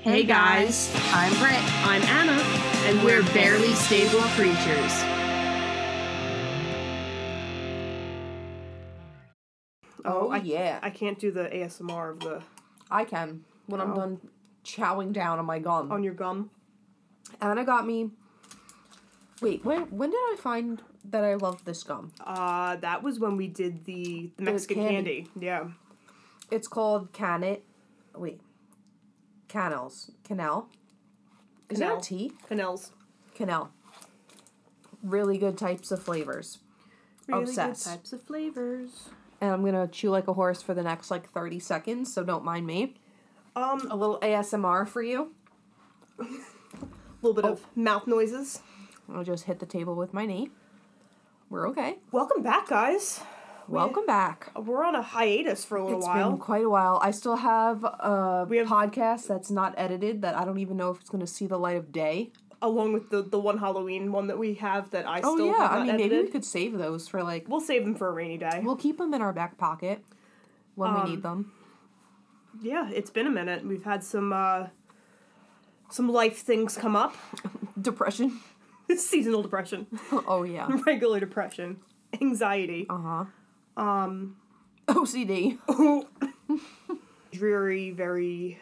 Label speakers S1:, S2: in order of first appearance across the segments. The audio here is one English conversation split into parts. S1: Hey guys,
S2: I'm Britt.
S1: I'm Anna, and we're Barely Stable Creatures.
S2: Oh,
S3: I-
S2: yeah.
S3: I can't do the ASMR of the
S2: I can when I'm
S3: Oh.
S2: done chowing down on my gum.
S3: on your gum.
S2: Anna got me. Wait, when when did I find that I loved this gum?
S3: Uh, that was when we did the, the Mexican
S2: candy.
S3: candy. Yeah.
S2: It's called Can It. Wait, Canels. Canal. Is that
S3: Canal.
S2: a T?
S3: Canels.
S2: Canal. Really good types of flavors,
S3: Really
S2: Obsessed.
S3: good types of flavors.
S2: and I'm gonna chew like a horse for the next like 30 seconds, so don't mind me.
S3: Um,
S2: A little ASMR for you.
S3: a little
S2: oh.
S3: bit of mouth noises.
S2: I'll just hit the table with my knee. We're okay.
S3: Welcome back, guys.
S2: Welcome back.
S3: We're on a hiatus for a little
S2: It's
S3: while.
S2: been quite a while. I still have a
S3: We have-
S2: podcast that's not edited that I don't even know if it's going to see the light of day.
S3: Along with the, the one Halloween one that we have that I
S2: Oh
S3: still
S2: yeah,
S3: have not
S2: I mean
S3: edited.
S2: maybe we could save those for like
S3: We'll save them for a rainy day.
S2: we'll keep them in our back pocket when we need them.
S3: yeah, it's been a minute. We've had some uh, some life things come up.
S2: Depression.
S3: Seasonal depression,
S2: oh yeah.
S3: regular depression, anxiety.
S2: Uh huh. Um. OCD.
S3: dreary, very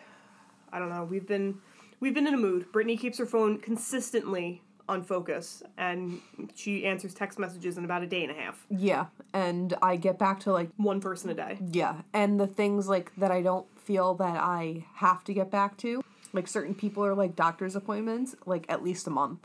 S3: I don't know. We've been we've been in a mood. Brittany keeps her phone consistently on focus and she answers text messages in about a day and a half.
S2: yeah, and I get back to like
S3: One person a day.
S2: yeah, and the things like that I don't feel that I have to get back to. Like certain people are like doctor's appointments, like at least a month.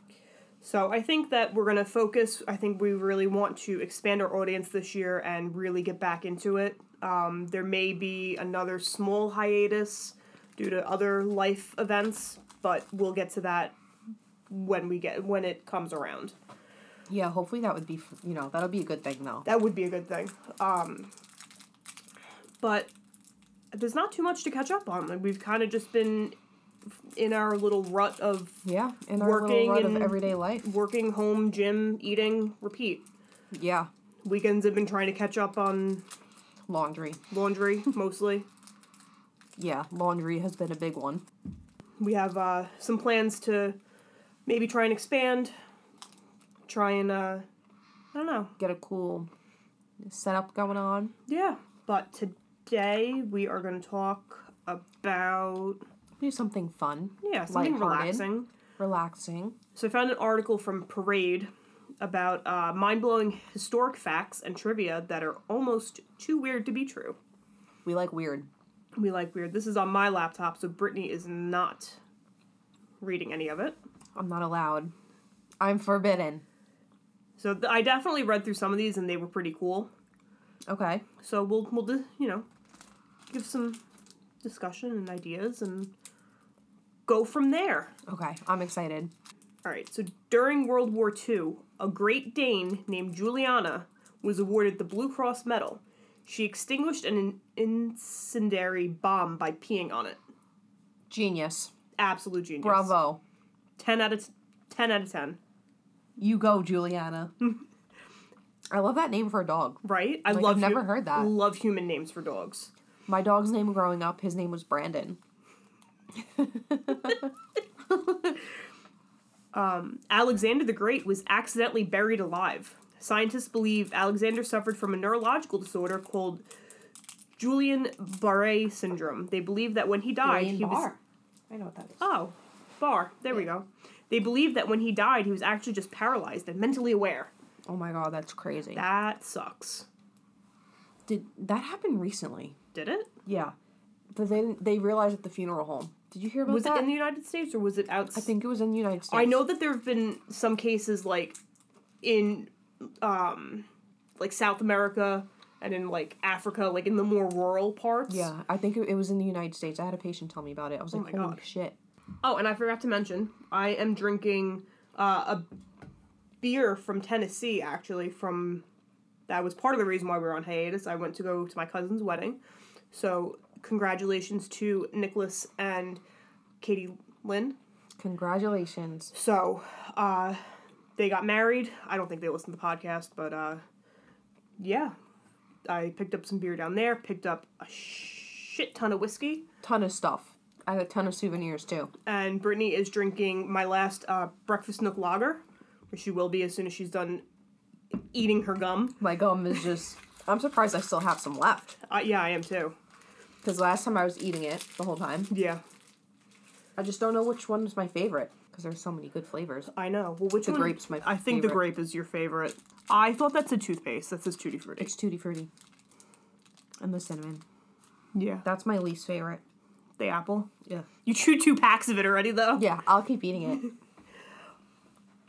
S3: So I think that we're gonna focus. I think we really want to expand our audience this year and really get back into it. Um, there may be another small hiatus due to other life events, but we'll get to that when we get when it comes around.
S2: Yeah, hopefully that would be f- you know that'll be a good thing though.
S3: That would be a good thing. Um, but there's not too much to catch up on. Like we've kind of just been in our little rut of
S2: Yeah, in our
S3: Working
S2: little rut of
S3: and-
S2: everyday life.
S3: working, home, gym, eating, repeat.
S2: Yeah,
S3: Weekends have been trying to catch up on
S2: laundry.
S3: laundry mostly.
S2: Yeah, laundry has been a big one.
S3: We have uh, some plans to maybe try and expand. Try and uh, I don't know.
S2: Get a cool setup going on.
S3: Yeah. But today we are going to talk about
S2: Do something fun,
S3: yeah something
S2: Lighthearted.
S3: relaxing.
S2: relaxing.
S3: So I found an article from Parade about uh, mind blowing historic facts and trivia that are almost too weird to be true.
S2: We like weird.
S3: We like weird. This is on my laptop, so Brittany is not reading any of it.
S2: I'm not allowed. I'm forbidden.
S3: So th- I definitely read through some of these, and they were pretty cool.
S2: Okay.
S3: So we'll we'll di- you know give some discussion and ideas and go from there.
S2: Okay. I'm excited.
S3: All right, so during World War II, a Great Dane named Juliana was awarded the Blue Cross Medal. She extinguished an in- incendiary bomb by peeing on it.
S2: Genius.
S3: Absolute genius.
S2: Bravo.
S3: 10 out of t- 10 out of 10.
S2: You go, Juliana. I love that name for a dog.
S3: Right? I
S2: Like,
S3: love
S2: I've never heard that.
S3: Love human names for dogs.
S2: My dog's name growing up, his name was Brandon.
S3: Alexander the Great was accidentally buried alive. Scientists believe Alexander suffered from a neurological disorder called Julian Barre syndrome. They believe that when he died,
S2: Julian
S3: he was
S2: Barr. I know what that is.
S3: Oh, bar. There we go. They believe that when he died, he was actually just paralyzed and mentally aware.
S2: Oh my god, that's crazy.
S3: That sucks.
S2: Did that happen recently?
S3: Did it?
S2: Yeah, but then they realized at the funeral home. Did you hear about
S3: Was
S2: that?
S3: it in the United States or was it outside?
S2: I think it was in the United States.
S3: I know that there have been some cases like in um like South America and in like Africa, like in the more rural parts.
S2: Yeah, I think it, it was in the United States. I had a patient tell me about it. I was like,
S3: my
S2: holy
S3: God.
S2: shit.
S3: Oh, and I forgot to mention, I am drinking uh, a beer from Tennessee, actually. From that was part of the reason why we were on hiatus. I went to go to my cousin's wedding, so congratulations to Nicholas and Katie Lynn.
S2: Congratulations.
S3: So, uh, they got married. I don't think they listen to the podcast, but uh, yeah, I picked up some beer down there. Picked up a shit ton of whiskey.
S2: Ton of stuff. I have a ton of souvenirs too.
S3: and Brittany is drinking my last uh, breakfast nook lager, which she will be as soon as she's done eating her gum.
S2: My gum is just. I'm surprised I still have some left
S3: Uh, yeah, I am too.
S2: because last time I was eating it the whole time.
S3: Yeah,
S2: I just don't know which one is my favorite because there's so many good flavors.
S3: I know. Well, which
S2: The
S3: one?
S2: grape's my
S3: I think the
S2: favorite.
S3: grape is your favorite. I thought that's a toothpaste. That says tutti frutti.
S2: It's tutti frutti, and the cinnamon.
S3: Yeah,
S2: That's my least favorite.
S3: the apple.
S2: Yeah.
S3: You chewed two packs of it already, though.
S2: Yeah, I'll keep eating it.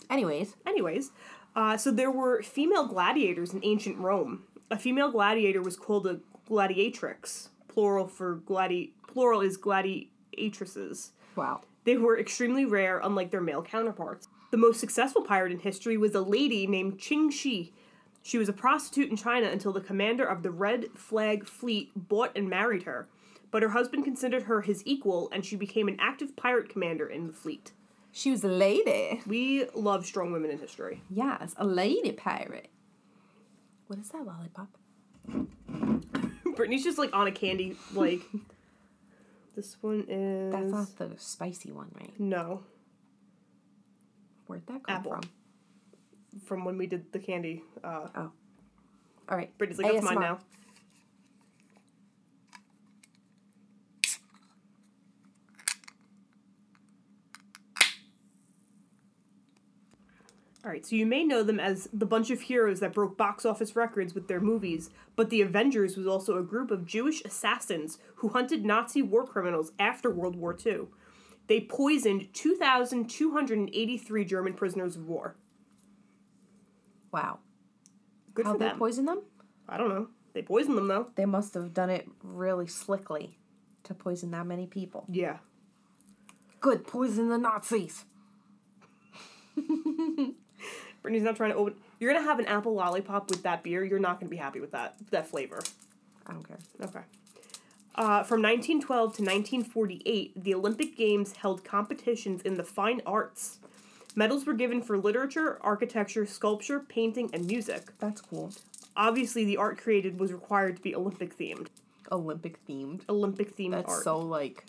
S2: Anyways,
S3: Anyways, uh, so there were female gladiators in ancient Rome. A female gladiator was called a gladiatrix, plural for gladi. Plural is gladiatrices.
S2: wow.
S3: They were extremely rare, unlike their male counterparts. The most successful pirate in history was a lady named Qing Shi. She was a prostitute in China until the commander of the Red Flag Fleet bought and married her, but her husband considered her his equal, and she became an active pirate commander in the fleet.
S2: She was a lady.
S3: We love strong women in history.
S2: Yes, a lady pirate. What is that lollipop?
S3: Brittany's just like on a candy like. this one is
S2: That's not the spicy one, right?
S3: no
S2: Where'd that come
S3: Apple.
S2: from?
S3: from when we did the candy. Uh,
S2: Oh. All right.
S3: Brittany's like that's mine
S2: ASMR.
S3: now. All right, so you may know them as the bunch of heroes that broke box office records with their movies, but the Avengers was also a group of Jewish assassins who hunted Nazi war criminals after World War II. They poisoned 2,283 German prisoners of war.
S2: Wow.
S3: Good
S2: How'd
S3: for
S2: they
S3: them.
S2: poison them?
S3: I don't know. They poisoned them though.
S2: They must have done it really slickly to poison that many people.
S3: Yeah.
S2: Good, poison the Nazis.
S3: Brittany's not trying to open. You're gonna have an apple lollipop with that beer. You're not gonna be happy with that that flavor.
S2: I don't care.
S3: Okay. Uh, from 1912 to 1948, the Olympic Games held competitions in the fine arts. Medals were given for literature, architecture, sculpture, painting, and music.
S2: That's cool.
S3: Obviously, the art created was required to be Olympic themed.
S2: Olympic themed.
S3: Olympic themed
S2: That's
S3: art.
S2: so like,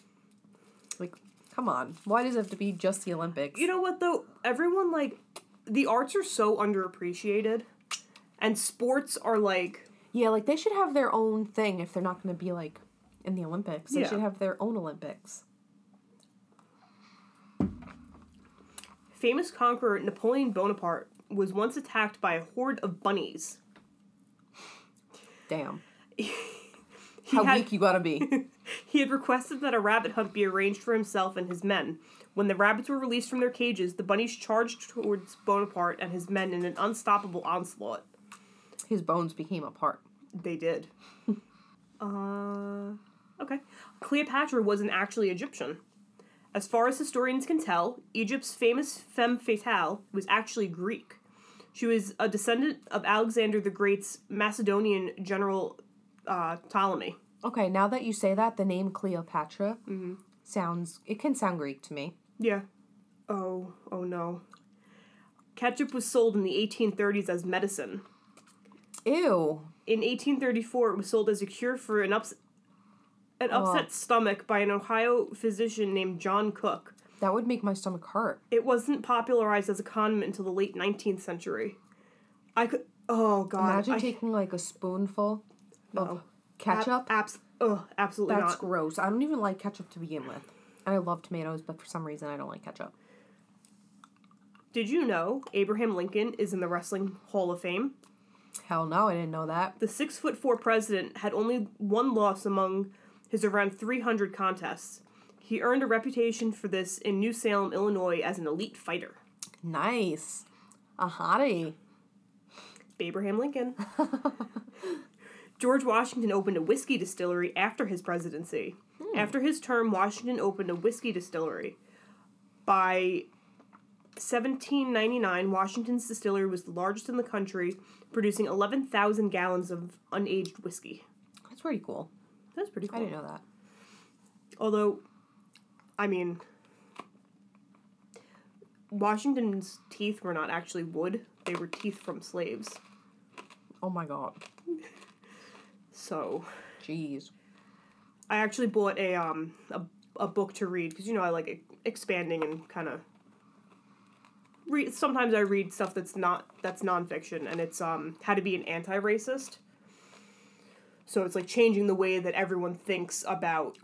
S2: like, come on. Why does it have to be just the Olympics?
S3: You know what though? Everyone like the arts are so underappreciated, and sports are like
S2: yeah, like they should have their own thing if they're not going to be like in the Olympics. They
S3: Yeah.
S2: should have their own Olympics.
S3: Famous conqueror Napoleon Bonaparte was once attacked by a horde of bunnies.
S2: Damn.
S3: He
S2: How
S3: had,
S2: weak you gotta be.
S3: he had requested that a rabbit hunt be arranged for himself and his men. When the rabbits were released from their cages, the bunnies charged towards Bonaparte and his men in an unstoppable onslaught.
S2: His bones became apart.
S3: They did. uh, okay. Cleopatra wasn't actually Egyptian. As far as historians can tell, Egypt's famous femme fatale was actually Greek. She was a descendant of Alexander the Great's Macedonian general uh, Ptolemy.
S2: Okay, now that you say that, the name Cleopatra
S3: Mm-hmm.
S2: sounds it can sound Greek to me.
S3: Yeah. Oh, oh no. Ketchup was sold in the 1830s as medicine.
S2: Ew.
S3: In 1834, it was sold as a cure for an, ups- an
S2: Oh.
S3: upset stomach by an Ohio physician named John Cook.
S2: That would make my stomach hurt.
S3: It wasn't popularized as a condiment until the late 19th century. I could. Oh, God.
S2: Imagine
S3: I,
S2: taking like a spoonful of ketchup.
S3: Abs- ugh, absolutely
S2: That's
S3: not.
S2: gross. I don't even like ketchup to begin with. And I love tomatoes, but for some reason I don't like ketchup.
S3: Did you know Abraham Lincoln is in the Wrestling Hall of Fame?
S2: Hell no, I didn't know that.
S3: The six foot four president had only one loss among his around 300 contests. He earned a reputation for this in New Salem, Illinois, as an elite fighter.
S2: Nice. A hottie.
S3: Abraham Lincoln. George Washington opened a whiskey distillery after his presidency.
S2: Hmm.
S3: After his term, Washington opened a whiskey distillery. By 1799, Washington's distillery was the largest in the country, producing 11,000 gallons of unaged whiskey.
S2: That's pretty cool.
S3: That's pretty cool.
S2: I didn't know that.
S3: Although, I mean, Washington's teeth were not actually wood, they were teeth from slaves.
S2: Oh my god.
S3: So,
S2: Jeez.
S3: I actually bought a, um, a a book to read because you know I like e- expanding and kind of read. Sometimes I read stuff that's not that's nonfiction, and it's um how to be an anti-racist. So it's like changing the way that everyone thinks about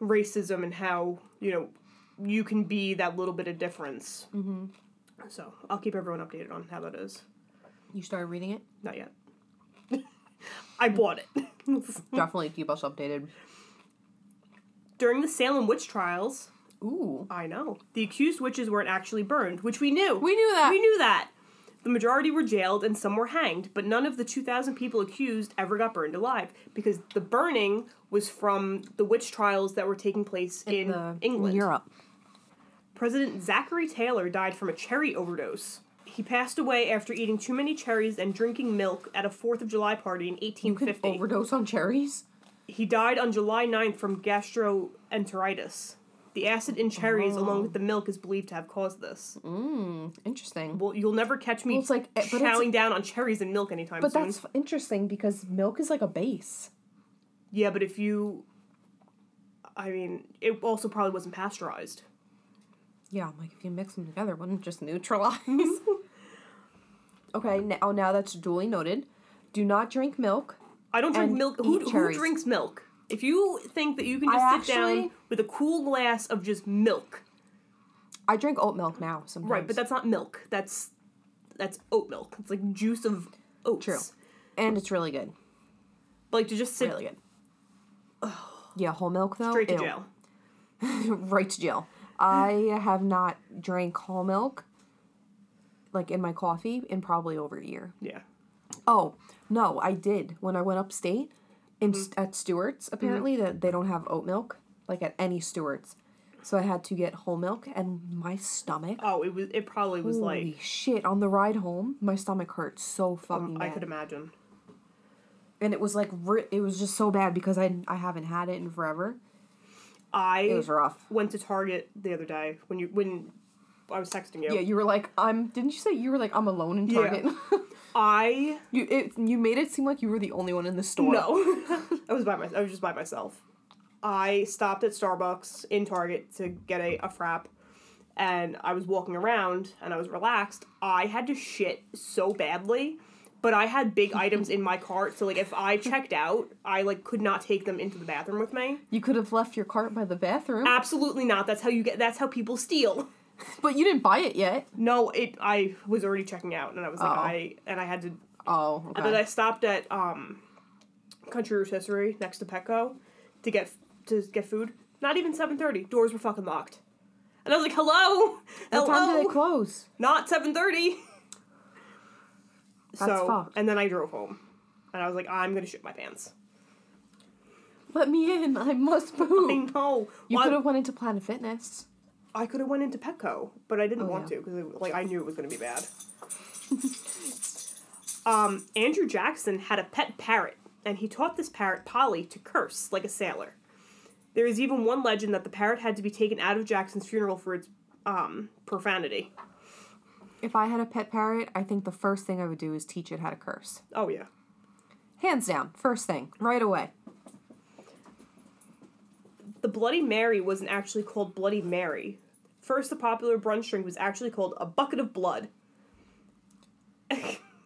S3: racism and how you know you can be that little bit of difference. Mm-hmm. So I'll keep everyone updated on how that is.
S2: You started reading it?
S3: Not yet. I bought it.
S2: Definitely keep us updated.
S3: During the Salem witch trials,
S2: Ooh.
S3: I know, the accused witches weren't actually burned, which we knew.
S2: We knew that.
S3: We knew that. The majority were jailed and some were hanged, but none of the 2,000 people accused ever got burned alive because the burning was from the witch trials that were taking place in,
S2: The-
S3: England.
S2: Europe.
S3: President Zachary Taylor died from a cherry overdose. He passed away after eating too many cherries and drinking milk at a 4th of July party in
S2: You could
S3: 1850.
S2: overdose on cherries?
S3: He died on July 9th from gastroenteritis. The acid in
S2: Oh.
S3: cherries, along with the milk, is believed to have caused this.
S2: Interesting.
S3: Well, you'll never catch me
S2: Well, it's like- eh, but it's-
S3: chowing down on cherries and milk anytime
S2: But
S3: soon.
S2: that's f- interesting because milk is like a base.
S3: Yeah, but if you. I mean, it also probably wasn't pasteurized.
S2: Yeah, I'm like if you mix them together, wouldn't it just neutralize? okay, now now that's duly noted. Do not drink milk.
S3: I don't drink
S2: And
S3: milk. Who,
S2: eat
S3: who
S2: cherries.
S3: drinks milk? If you think that you can
S2: I
S3: just sit down
S2: actually-
S3: with a cool glass of just milk.
S2: I drink oat milk now sometimes.
S3: Right, but that's not milk. That's that's oat milk. It's like juice of oats.
S2: true, and it's really good.
S3: But like to just sit
S2: Really good. yeah, whole milk though.
S3: straight to
S2: ew.
S3: jail.
S2: right to jail. I have not drank whole milk, like in my coffee, in probably over a year.
S3: Yeah.
S2: Oh no, I did when I went upstate in
S3: Mm-hmm.
S2: st at Stewart's. Apparently, that they don't have oat milk like at any Stewart's, so I had to get whole milk, and my stomach.
S3: Oh, it was. It probably was
S2: Holy
S3: like Um,
S2: shit! On the ride home, my stomach hurt so fucking
S3: I
S2: bad,
S3: could imagine.
S2: and it was like ri- it was just so bad because I I haven't had it in forever. It
S3: I
S2: was rough.
S3: went to Target the other day when you when I was texting you.
S2: Yeah, you were like, I'm. Didn't you say you were like, I'm alone in Target?
S3: I
S2: you it, you made it seem like you were the only one in the store.
S3: no. I was by my. I was just by myself. I stopped at Starbucks in Target to get a, a frap, and I was walking around and I was relaxed. I had to shit so badly, but I had big items in my cart, so like if I checked out, I like could not take them into the bathroom with me.
S2: you could have left your cart by the bathroom,
S3: Absolutely not. That's how you get. That's how people steal.
S2: but you didn't buy it yet.
S3: No, it. I was already checking out, and I was like, I and I had to.
S2: Oh, okay.
S3: And then I stopped at um, Country Rotisserie next to Petco to get to get food. Not even seven thirty. Doors were fucking locked, and I was like, "Hello,
S2: what time do they
S3: hello,
S2: close?
S3: not seven thirty.
S2: That's
S3: so,
S2: fucked.
S3: and then I drove home, and I was like, "I'm gonna shit my pants."
S2: Let me in. I must poop.
S3: I know.
S2: you
S3: Why-
S2: could have went into Planet Fitness.
S3: I could have went into Petco, but I didn't want
S2: yeah.
S3: to because like I knew it was going to be bad. um, Andrew Jackson had a pet parrot, and he taught this parrot Polly to curse like a sailor. There is even one legend that the parrot had to be taken out of Jackson's funeral for its um, profanity.
S2: If I had a pet parrot, I think the first thing I would do is teach it how to curse.
S3: Oh yeah.
S2: Hands down, first thing, right away.
S3: The Bloody Mary wasn't actually called Bloody Mary. First, the popular brunch drink was actually called a bucket of blood.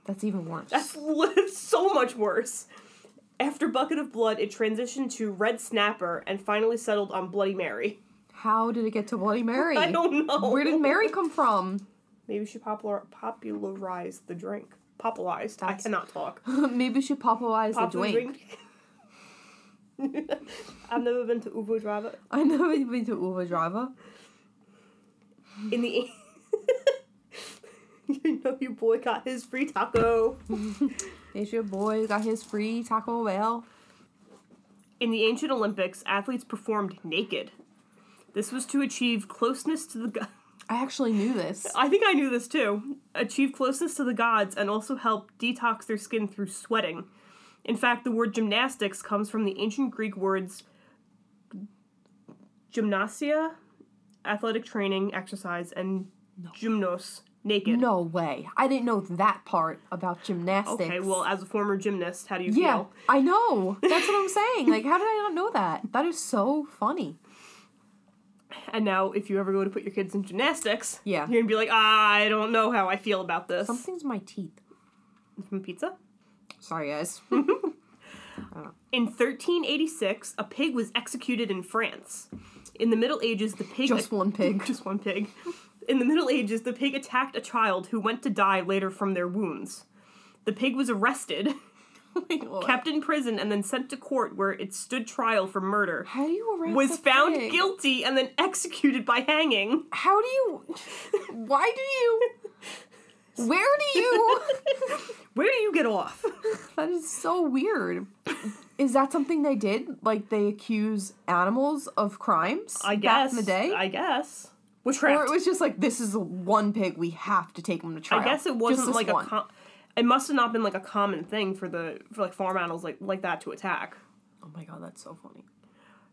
S2: That's even worse.
S3: That's li- so much worse. After Bucket of Blood, it transitioned to Red Snapper and finally settled on Bloody Mary.
S2: How did it get to Bloody Mary?
S3: I don't know.
S2: Where did Mary come from?
S3: Maybe she popular- popularized the drink. Popularized. I
S2: That's-
S3: cannot talk.
S2: Maybe she popularized the
S3: Popular
S2: drink.
S3: drink. I've never been to Uvo Drava.
S2: I know it went to Uva Java.
S3: In the. you know, you boycott his free taco.
S2: It's your boy got his free Taco Bell.
S3: In the ancient Olympics, athletes performed naked. This was to achieve closeness to the. Go-
S2: I actually knew this.
S3: I think I knew this too. Achieve closeness to the gods and also help detox their skin through sweating. In fact, the word gymnastics comes from the ancient Greek words gymnasia, athletic training, exercise, and gymnos, naked.
S2: No way. I didn't know that part about gymnastics.
S3: Okay, well, as a former gymnast, how do you
S2: yeah,
S3: feel?
S2: I know. That's what I'm saying. Like, how did I not know that? That is so funny.
S3: And now, if you ever go to put your kids in gymnastics,
S2: Yeah.
S3: you're gonna be like, ah, I don't know how I feel about this.
S2: Something's in my teeth.
S3: From pizza.
S2: Sorry, guys.
S3: In 1386, a pig was executed in France. In the Middle Ages, the pig
S2: Just one pig.
S3: just one pig. In the Middle Ages, the pig attacked a child who went to die later from their wounds. The pig was arrested, kept in prison, and then sent to court where it stood trial for murder.
S2: How do you arrest
S3: Was
S2: a
S3: found
S2: pig?
S3: guilty and then executed by hanging.
S2: How do you? Why do you? Where do you?
S3: Where do you get off?
S2: that is so weird. Is that something they did? Like they accuse animals of crimes?
S3: I
S2: back
S3: guess.
S2: in the day.
S3: I guess. We're
S2: or
S3: trapped.
S2: it was just like this is one pig we have to take him to trial.
S3: I guess it
S2: Just
S3: wasn't
S2: this
S3: like
S2: one.
S3: a. Com- it must have not been like a common thing for the for like farm animals like like that to attack.
S2: oh my god, that's so funny.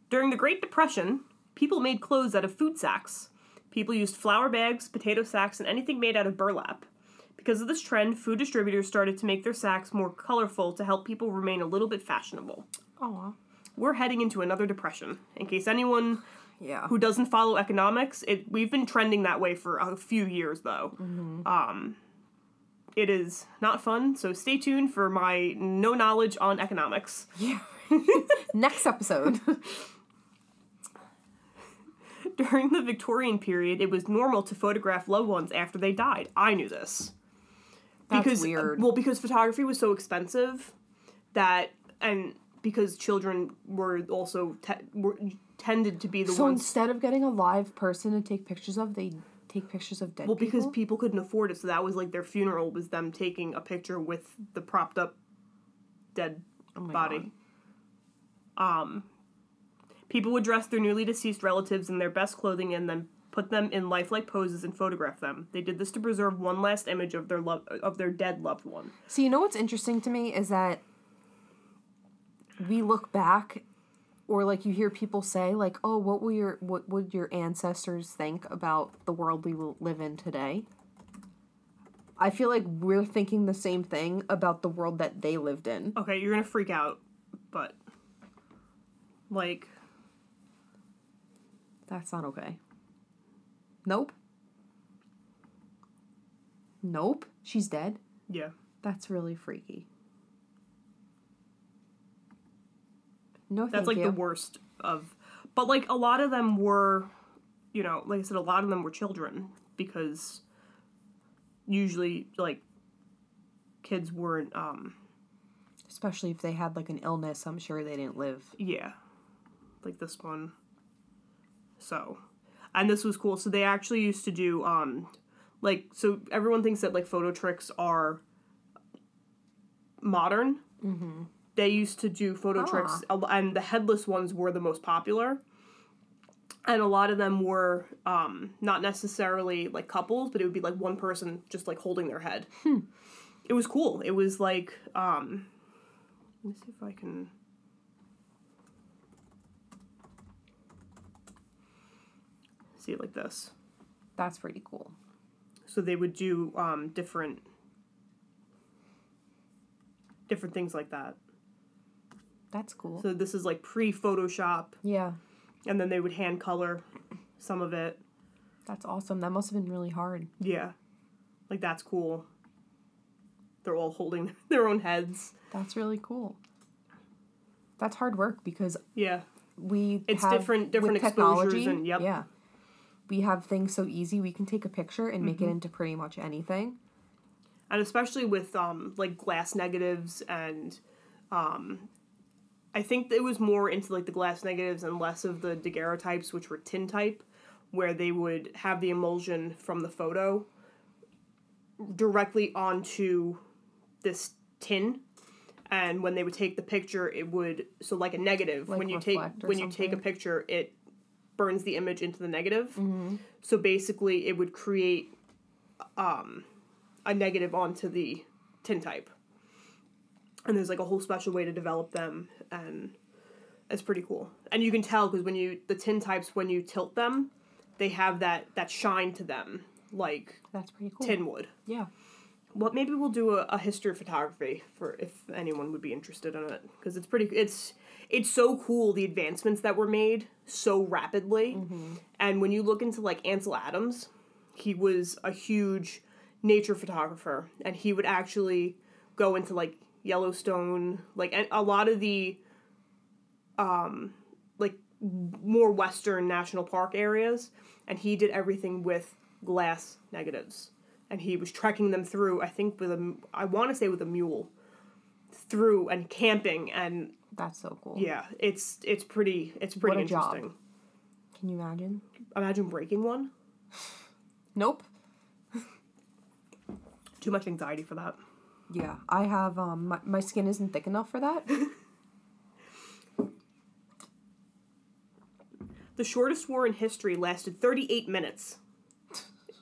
S3: During the Great Depression, people made clothes out of food sacks. People used flour bags, potato sacks, and anything made out of burlap. Because of this trend, food distributors started to make their sacks more colorful to help people remain a little bit fashionable.
S2: Oh
S3: We're heading into another depression. In case anyone
S2: yeah.
S3: who doesn't follow economics, it we've been trending that way for a few years though. Um, it is not fun, so stay tuned for my no knowledge on economics.
S2: yeah. Next episode.
S3: During the Victorian period, it was normal to photograph loved ones after they died. I knew this.
S2: That's
S3: because uh,
S2: weird.
S3: well because photography was so expensive that and because children were also te- were tended to be the
S2: so
S3: ones
S2: instead of getting a live person to take pictures of, they take pictures of dead
S3: well because
S2: people.
S3: people couldn't afford it so that was like their funeral was them taking a picture with the propped up dead
S2: Oh my
S3: body
S2: God.
S3: um people would dress their newly deceased relatives in their best clothing and then put them in lifelike poses and photograph them they did this to preserve one last image of their love of their dead loved one
S2: So you know what's interesting to me is that we look back or like you hear people say like, "Oh, what will your what would your ancestors think about the world we will live in today?" I feel like we're thinking the same thing about the world that they lived in.
S3: okay you're gonna freak out but like
S2: That's not okay. Nope. Nope. She's dead.
S3: yeah
S2: That's really freaky. No,
S3: that's
S2: thank
S3: like
S2: you.
S3: the worst of but like a lot of them were you know like i said a lot of them were children because usually like kids weren't um
S2: Especially if they had like an illness, I'm sure they didn't live.
S3: yeah like this one so and this was cool so they actually used to do um like so everyone thinks that like photo tricks are modern mm-hmm. they used to do photo tricks a lo- and the headless ones were the most popular and a lot of them were um, not necessarily like couples but it would be like one person just like holding their head it was cool it was like um, let me see if i can see it like this
S2: That's pretty cool.
S3: so they would do um, different different things like that
S2: That's cool.
S3: so this is like pre photoshop
S2: yeah,
S3: and then they would hand color some of it
S2: that's awesome. That must have been really hard.
S3: yeah like that's cool they're all holding their own heads
S2: That's really cool. That's hard work because
S3: yeah
S2: we
S3: It's
S2: have-
S3: different- different
S2: with
S3: exposures and- yep.
S2: yeah, we have things so easy. We can take a picture and make it
S3: Mm-hmm.
S2: into pretty much anything.
S3: and especially with um, like glass negatives and um, i think that it was more into like the glass negatives and less of the daguerreotypes which were tintype where they would have the emulsion from the photo directly onto this tin and when they would take the picture it would so like a negative
S2: Like
S3: when you take
S2: reflect or
S3: when you take a
S2: something?
S3: picture it burns the image into the negative
S2: Mm-hmm.
S3: so basically it would create um, a negative onto the tintype and there's like a whole special way to develop them and it's pretty cool and you can tell because when you the tintypes when you tilt them they have that that shine to them like
S2: That's pretty cool.
S3: tin would
S2: Yeah,
S3: what maybe we'll do a, a history of photography for if anyone would be interested in it because it's pretty it's it's so cool the advancements that were made so rapidly. And when you look into like Ansel Adams, he was a huge nature photographer and he would actually go into like Yellowstone, like and a lot of the um like more western national park areas and he did everything with glass negatives. And he was trekking them through, I think with a m- I want to say with a mule through and camping and
S2: That's so cool.
S3: yeah, it's it's pretty it's pretty
S2: What a job.
S3: interesting.
S2: Can you imagine?
S3: Imagine breaking one.
S2: Nope.
S3: Too much anxiety for that.
S2: Yeah, I have um my, my skin isn't thick enough for that.
S3: The shortest war in history lasted 38 minutes.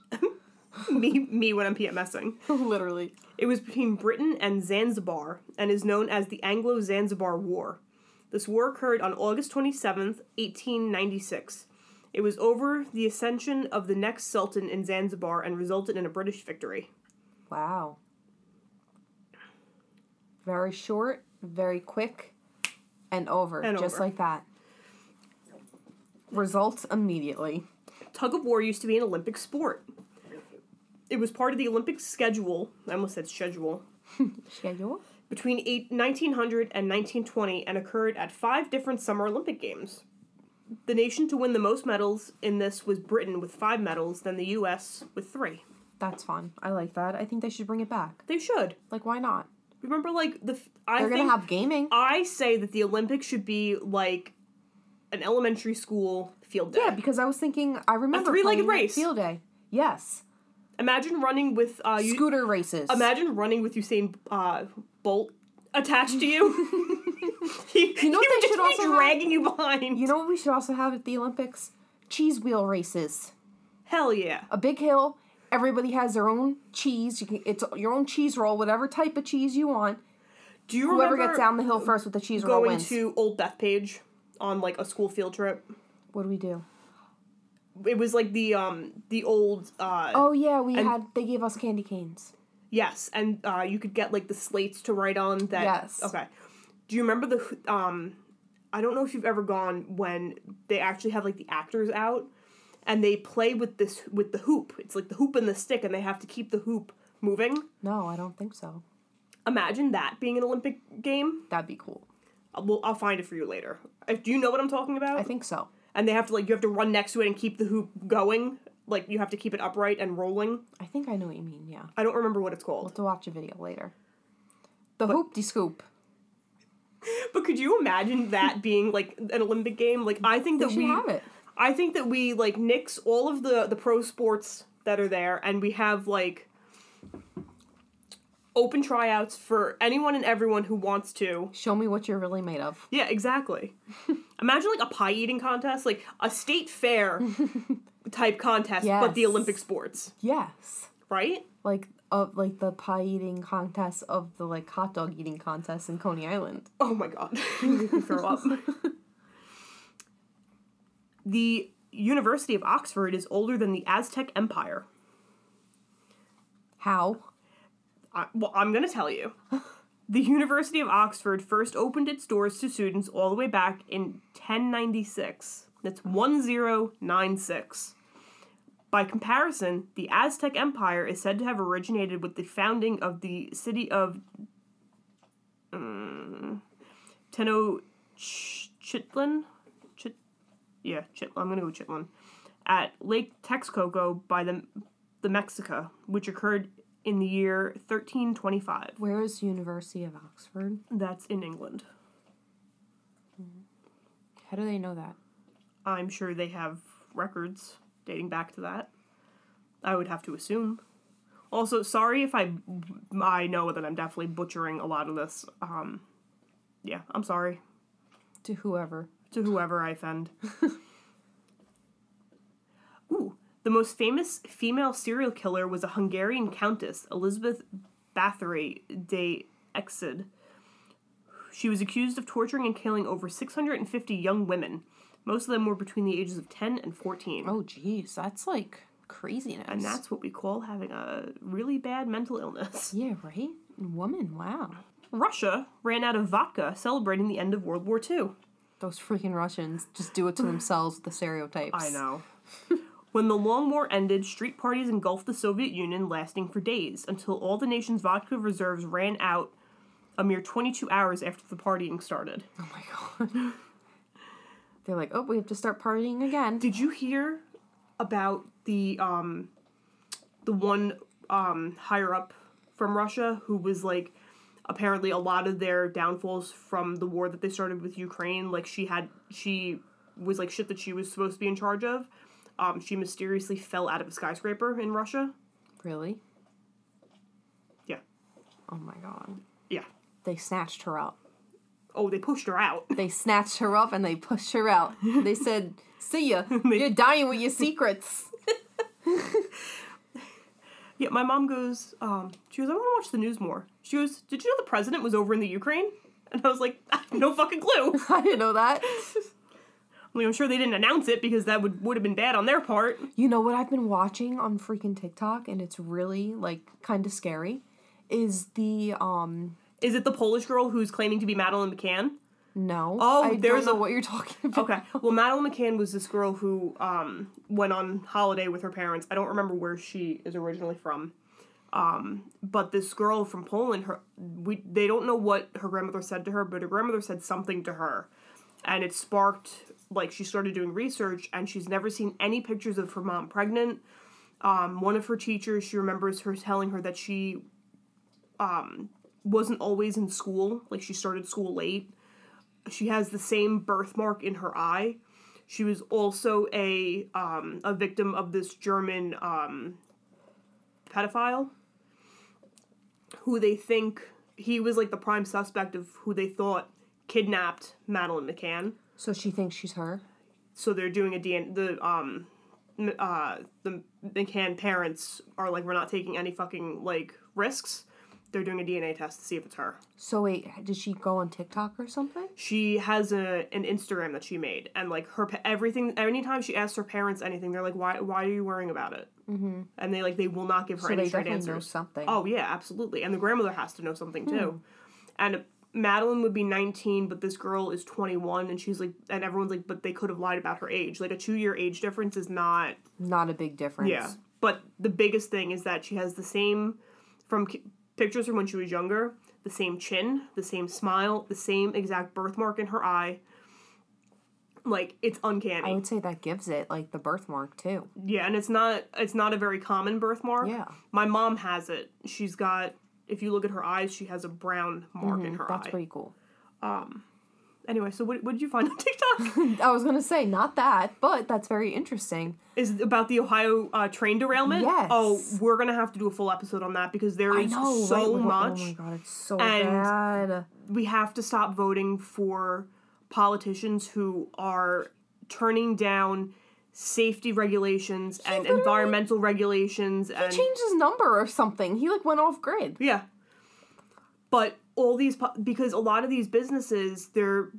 S3: me me when I'm PMSing.
S2: Literally.
S3: It was between Britain and Zanzibar and is known as the Anglo-Zanzibar War. This war occurred on August 27th, 1896. It was over the ascension of the next sultan in Zanzibar and resulted in a British victory.
S2: Wow. Very short, very quick, and over.
S3: And
S2: just
S3: over.
S2: like that. Results immediately.
S3: tug of war used to be an Olympic sport. It was part of the Olympic schedule. I almost said schedule.
S2: Schedule?
S3: Between eight, 1900 and 1920 and occurred at five different Summer Olympic Games. The nation to win the most medals in this was Britain with five medals, then the US with three.
S2: That's fun. I like that. I think they should bring it back.
S3: They should.
S2: Like, why not?
S3: Remember, like, the. f- I
S2: They're
S3: think
S2: gonna have gaming.
S3: I say that the Olympics should be like an elementary school field day.
S2: yeah, because I was thinking, I remember
S3: three-legged
S2: playing that
S3: race.
S2: Field day. Yes,
S3: Imagine running with. Uh, you,
S2: scooter races.
S3: Imagine running with Usain uh, Bolt attached to you. he,
S2: know
S3: he
S2: what
S3: would
S2: they should
S3: just be
S2: also have?
S3: dragging you behind.
S2: you know what we should also have at the Olympics? Cheese wheel races.
S3: Hell yeah.
S2: a big hill. Everybody has their own cheese. You can it's your own cheese roll, whatever type of cheese you want.
S3: Do you
S2: Whoever
S3: remember
S2: gets down the hill first with the cheese roll
S3: going
S2: wins.
S3: to Old Bethpage on like a school field trip?
S2: what do we do?
S3: It was like the um the old uh
S2: Oh yeah, we had they gave us candy canes.
S3: yes, and uh you could get like the slates to write on that
S2: Yes.
S3: Okay. Do you remember the um I don't know if you've ever gone when they actually have like the actors out and they play with this with the hoop. It's like the hoop and the stick and they have to keep the hoop moving.
S2: No, I don't think so.
S3: Imagine that being an Olympic game.
S2: That'd be cool.
S3: I'll, well, I'll find it for you later. Uh, Do you know what I'm talking about?
S2: I think so.
S3: and they have to like you have to run next to it and keep the hoop going. Like you have to keep it upright and rolling.
S2: I think I know what you mean. Yeah,
S3: I don't remember what it's
S2: we'll
S3: called.
S2: have to watch a video later. The hoop de scoop.
S3: But could you imagine that being like an Olympic game? Like I think
S2: They
S3: that
S2: should
S3: we
S2: have it.
S3: I think that we like nix all of the the pro sports that are there, and we have like open tryouts for anyone and everyone who wants to.
S2: Show me what you're really made of.
S3: Yeah, exactly. Imagine like a pie eating contest, like a state fair type contest, but the
S2: Yes.
S3: Olympic sports,
S2: Yes,
S3: right?
S2: like of like the pie eating contest of the like hot dog eating contest in Coney Island.
S3: Oh my god, you can throw up. the University of Oxford is older than the Aztec Empire.
S2: How?
S3: I, well, I'm going to tell you. The University of Oxford first opened its doors to students all the way back in 1096. That's 1096. By comparison, the Aztec Empire is said to have originated with the founding of the city of um, Tenochtitlan. Chit- yeah, Chitlan. I'm going to go with Chitlan. At Lake Texcoco by the, the Mexica, which occurred in the year 1325.
S2: Where is University of Oxford?
S3: That's in England.
S2: How do they know that?
S3: I'm sure they have records dating back to that. I would have to assume. Also, sorry if I I know that I'm definitely butchering a lot of this. Um, yeah, I'm sorry
S2: To whoever.
S3: to whoever I offend. Ooh, the most famous female serial killer was a Hungarian countess, Elizabeth Bathory de Exid. She was accused of torturing and killing over 650 young women. Most of them were between the ages of 10 and 14.
S2: Oh, jeez, that's like craziness.
S3: And that's what we call having a really bad mental illness.
S2: yeah, right. Woman, wow.
S3: Russia ran out of vodka celebrating the end of World War II.
S2: Those freaking Russians just do it to themselves with the stereotypes.
S3: I know. when the long war ended, street parties engulfed the Soviet Union, lasting for days, until all the nation's vodka reserves ran out a mere 22 hours after the partying started.
S2: Oh my god. They're like, oh, we have to start partying again.
S3: Did you hear about the um the one um higher up from Russia who was like apparently a lot of their downfalls from the war that they started with Ukraine like she had she was like shit that she was supposed to be in charge of um she mysteriously fell out of a skyscraper in Russia
S2: Really?
S3: yeah
S2: Oh my god.
S3: yeah
S2: They snatched her up.
S3: oh they pushed her out
S2: They snatched her up and they pushed her out. They said, see ya. You're dying with your secrets.
S3: yeah my mom goes um she goes I want to watch the news more she goes did you know the president was over in the Ukraine and I was like I have no fucking clue
S2: I didn't know that.
S3: I mean, I'm sure they didn't announce it because that would would have been bad on their part.
S2: You know what I've been watching on freaking TikTok and it's really like kind of scary is the um
S3: Is it the Polish girl who's claiming to be Madeline McCann?
S2: no.
S3: Oh,
S2: I
S3: there's
S2: don't know
S3: a-
S2: what you're talking about.
S3: Okay. Well, Madeline McCann was this girl who um, went on holiday with her parents. I don't remember where she is originally from, um, but this girl from Poland, her we they don't know what her grandmother said to her, but her grandmother said something to her, and it sparked like she started doing research, and she's never seen any pictures of her mom pregnant. Um, one of her teachers, she remembers her telling her that she um, wasn't always in school, like she started school late she has the same birthmark in her eye. She was also a um, a victim of this German um, pedophile, who they think he was like the prime suspect of who they thought kidnapped Madeline McCann.
S2: So she thinks she's her.
S3: So they're doing a DNA. The um, m- uh, the McCann parents are like, we're not taking any fucking like risks. They're doing a DNA test to see if it's her.
S2: So wait, did she go on TikTok or something?
S3: she has a an Instagram that she made, and like her pa- everything. Anytime she asks her parents anything, they're like, "Why? Why are you worrying about it?" Mm-hmm. And they like they will not give her
S2: So
S3: any
S2: they
S3: straight
S2: definitely
S3: answers.
S2: know something. Hmm.
S3: Oh yeah, absolutely. And the grandmother has to know something too. And Madeline would be 19, but this girl is 21, and she's like, and everyone's like, but they could have lied about her age. Like a two year age difference is not
S2: Not a big difference.
S3: yeah. But the biggest thing is that she has the same, from ki- pictures from when she was younger, the same chin, the same smile, the same exact birthmark in her eye. Like it's uncanny.
S2: I would say that gives it like the birthmark too.
S3: Yeah, and it's not it's not a very common birthmark.
S2: Yeah.
S3: My mom has it. She's got if you look at her eyes, she has a brown mark in her
S2: Mm-hmm, That's
S3: eye.
S2: pretty cool.
S3: anyway, so what, what did you find on TikTok?
S2: I was gonna say not that, but that's very interesting.
S3: Is it about the Ohio uh, train derailment?
S2: Yes.
S3: Oh, we're gonna have to do a full episode on that because there
S2: I
S3: is
S2: know right?
S3: so
S2: Like,
S3: much.
S2: Oh my god, it's so
S3: And-
S2: bad.
S3: we have to stop voting for politicians who are turning down safety regulations and
S2: literally-
S3: environmental regulations and
S2: He changed his number or something. He like went off grid.
S3: yeah but all these po- because a lot of these businesses they're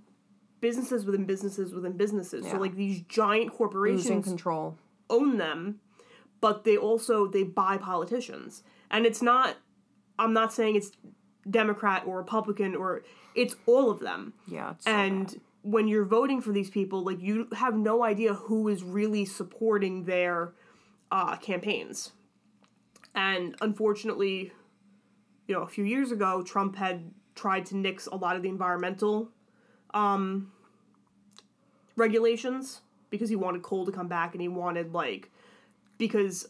S3: businesses within businesses within businesses so
S2: Yeah.
S3: like these giant
S2: Losing
S3: corporations
S2: control.
S3: own them but they also they buy politicians and it's not i'm not saying it's democrat or republican or it's all of them
S2: Yeah. It's so
S3: and
S2: bad.
S3: when you're voting for these people like you have no idea who is really supporting their uh, campaigns and unfortunately you know a few years ago trump had tried to nix a lot of the environmental um, regulations because he wanted coal to come back and he wanted like because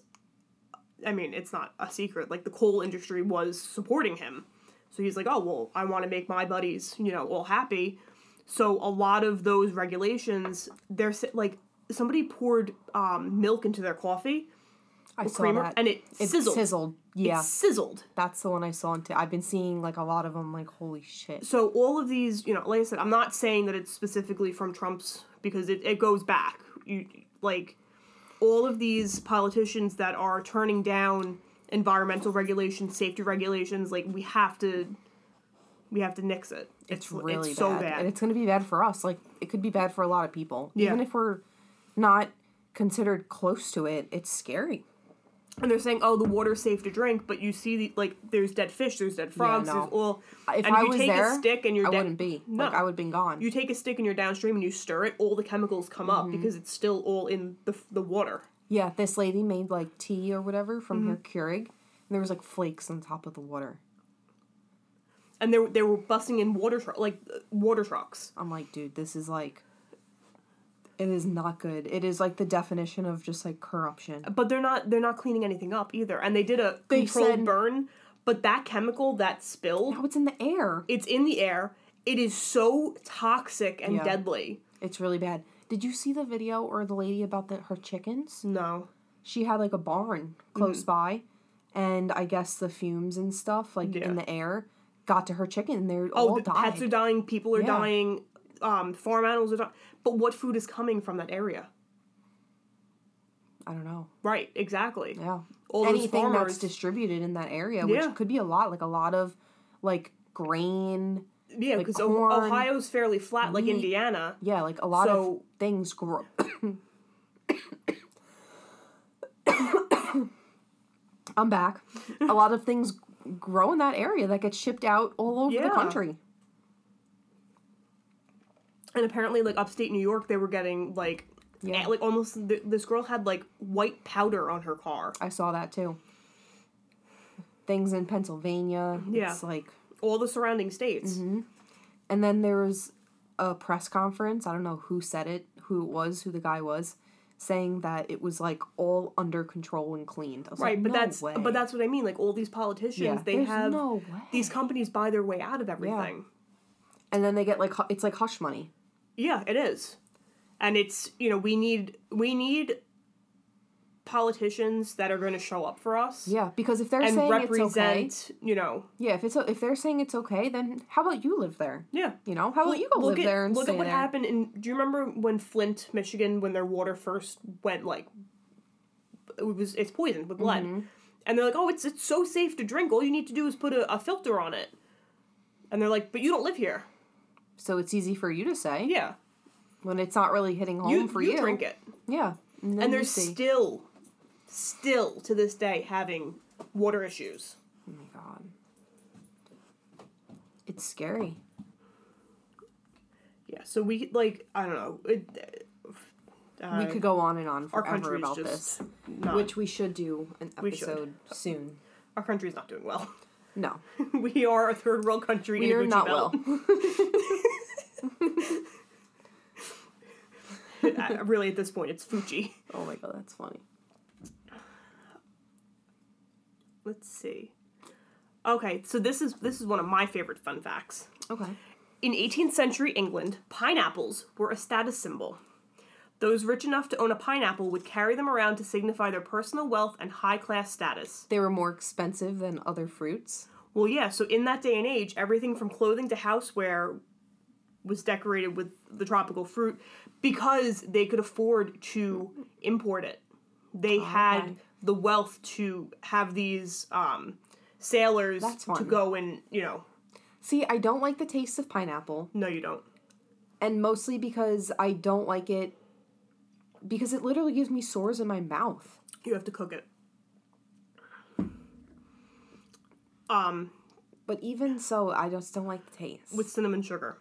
S3: i mean it's not a secret like the coal industry was supporting him so he's like oh well i want to make my buddies you know all happy so a lot of those regulations, they're s- like somebody poured um, milk into their coffee
S2: I saw
S3: creamer,
S2: that.
S3: and it,
S2: It
S3: sizzled.
S2: sizzled. Yeah,
S3: It sizzled.
S2: that's the one I saw. On t- I've been seeing like a lot of them. Like holy shit.
S3: So all of these, you know, like I said, I'm not saying that it's specifically from Trump's because it, it goes back. You like all of these politicians that are turning down environmental regulations, safety regulations. Like we have to, we have to nix it.
S2: It's really
S3: it's
S2: bad.
S3: so bad.
S2: and it's gonna be bad for us. Like it could be bad for a lot of people.
S3: Yeah.
S2: Even if we're not considered close to it, it's scary.
S3: and they're saying, "Oh, the water's safe to drink," but you see, the, like, there's dead fish, there's dead frogs,
S2: no.
S3: there's all.
S2: If
S3: and
S2: I
S3: you
S2: was
S3: take
S2: there,
S3: a stick and you're
S2: I
S3: dead-
S2: wouldn't be.
S3: No,
S2: Like I would have been gone.
S3: You take a stick and you're downstream and you stir it. All the chemicals come up
S2: Mm-hmm.
S3: because it's still all in the the water.
S2: yeah, this lady made like tea or whatever from her
S3: Mm-hmm.
S2: Keurig, and there was like flakes on top of the water.
S3: And they were- they were busting in water tru- like uh, water trucks.
S2: I'm like, dude, this is like, it is not good. It is like the definition of just like corruption.
S3: But they're not they're not cleaning anything up either. And they did a
S2: They
S3: controlled
S2: said-
S3: burn, but that chemical that spilled,
S2: Now it's in the air.
S3: it's in the air. It is so toxic and
S2: Yeah.
S3: deadly.
S2: It's really bad. Did you see the video or the lady about the, her chickens?
S3: No.
S2: She had like a barn close
S3: Mm-hmm.
S2: by, and I guess the fumes and stuff like
S3: Yeah.
S2: in the air got to her chicken. and They are
S3: Oh,
S2: all
S3: the pets are
S2: died.
S3: dying. People are
S2: Yeah.
S3: dying. Um, farm animals are dying. But what food is coming from that area?
S2: I don't know.
S3: Right. Exactly.
S2: Yeah.
S3: All those
S2: Anything
S3: farmers.
S2: that's distributed in that area, which
S3: Yeah.
S2: could be a lot, like a lot of like grain.
S3: Yeah,
S2: Like
S3: because
S2: corn,
S3: Ohio's fairly flat, like
S2: wheat.
S3: Indiana.
S2: Yeah, like a lot
S3: So-
S2: of things grow. I'm back. A lot of things grow in that area that get shipped out all over
S3: Yeah.
S2: the country.
S3: And apparently, like upstate New York, they were getting like,
S2: Yeah.
S3: eh, like almost th- this girl had like white powder on her car.
S2: I saw that too. Things in Pennsylvania.
S3: Yeah.
S2: It's like
S3: All the surrounding states.
S2: Mm-hmm. And then there was a press conference. I don't know who said it, who it was, who the guy was, saying that it was like all under control and cleaned. I was
S3: Right,
S2: like,
S3: but
S2: "No
S3: that's
S2: way."
S3: but that's what I mean. Like all these politicians,
S2: Yeah,
S3: they
S2: there's
S3: have
S2: no way.
S3: these companies buy their way out of everything.
S2: and then they get like hu- it's like hush money.
S3: Yeah, it is, and it's you know we need we need politicians that are going to show up for us
S2: Yeah, because if they're
S3: and
S2: saying
S3: represent.
S2: it's okay,
S3: You know,
S2: yeah, if it's o- if they're saying it's okay, then how about you live there?
S3: yeah.
S2: You know, how about you go
S3: look
S2: live
S3: at,
S2: there and
S3: look
S2: stay
S3: at what
S2: there?
S3: happened in do you remember when flint michigan when their water first went like it was it's poisoned with lead
S2: Mm-hmm.
S3: and they're like oh it's it's so safe to drink all you need to do is put a, a filter on it and they're like but you don't live here
S2: So it's easy for you to say
S3: yeah
S2: when it's not really hitting home
S3: you,
S2: for
S3: you
S2: you.
S3: drink it
S2: Yeah, and, then
S3: and
S2: you
S3: they're
S2: see.
S3: still still to this day having water issues
S2: Oh my god, it's scary.
S3: yeah so we like i don't know it, uh,
S2: we could go on and on
S3: our
S2: forever
S3: country is
S2: about
S3: just
S2: this,
S3: not,
S2: which we should do an
S3: We should.
S2: episode soon.
S3: our country's not doing well
S2: No,
S3: we are a third world country in
S2: we
S3: a
S2: are
S3: Gucci
S2: not
S3: belt.
S2: well.
S3: I- Uh, really at this point it's Fuji.
S2: oh my god, that's funny.
S3: Let's see. Okay, so this is this is one of my favorite fun facts.
S2: Okay,
S3: In 18th century England, pineapples were a status symbol. Those rich enough to own a pineapple would carry them around to signify their personal wealth and high class status.
S2: they were more expensive than other fruits.
S3: Well, yeah, so in that day and age, everything from clothing to houseware was decorated with the tropical fruit because they could afford to import it. They had
S2: Okay.
S3: the wealth to have these um, sailors
S2: That's
S3: to
S2: fun.
S3: go and, you know,
S2: See, I don't like the taste of pineapple,
S3: no, you don't.
S2: and mostly because I don't like it because it literally gives me sores in my mouth.
S3: You have to cook it.
S2: But even so, I just don't like the taste.
S3: With Mm-hmm. cinnamon sugar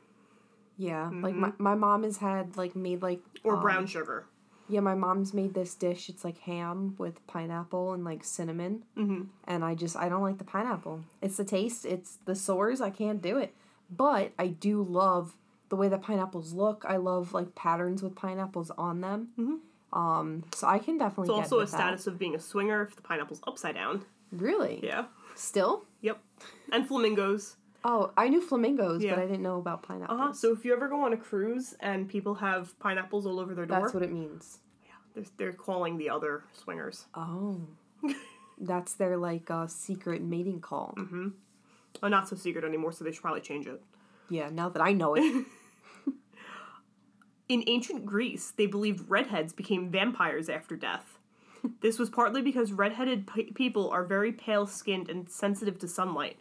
S2: yeah, like my, my mom has had like made like
S3: or
S2: um,
S3: brown sugar.
S2: Yeah, my mom's made this dish. It's like ham with pineapple and like cinnamon. Mm-hmm. And I just I don't like the pineapple. It's the taste. It's the sores. I can't do it. But I do love the way that pineapples look. I love like patterns with pineapples on them. Mm-hmm. Um, so I can definitely.
S3: It's
S2: get
S3: also a
S2: with that.
S3: status of being a swinger if the pineapple's upside down.
S2: Really?
S3: Yeah.
S2: Still?
S3: Yep. And flamingos.
S2: Oh, I knew flamingos,
S3: Yeah.
S2: but I didn't know about pineapples.
S3: Uh-huh. So if you ever go on a cruise and people have pineapples all over their door,
S2: That's what it means.
S3: they're, they're calling the other swingers.
S2: Oh. That's their like uh, secret mating call.
S3: Oh, not so secret anymore, so they should probably change it.
S2: Yeah. Now that I know it.
S3: In ancient Greece, they believed redheads became vampires after death. this was partly because redheaded p- people are very pale skinned and sensitive to sunlight,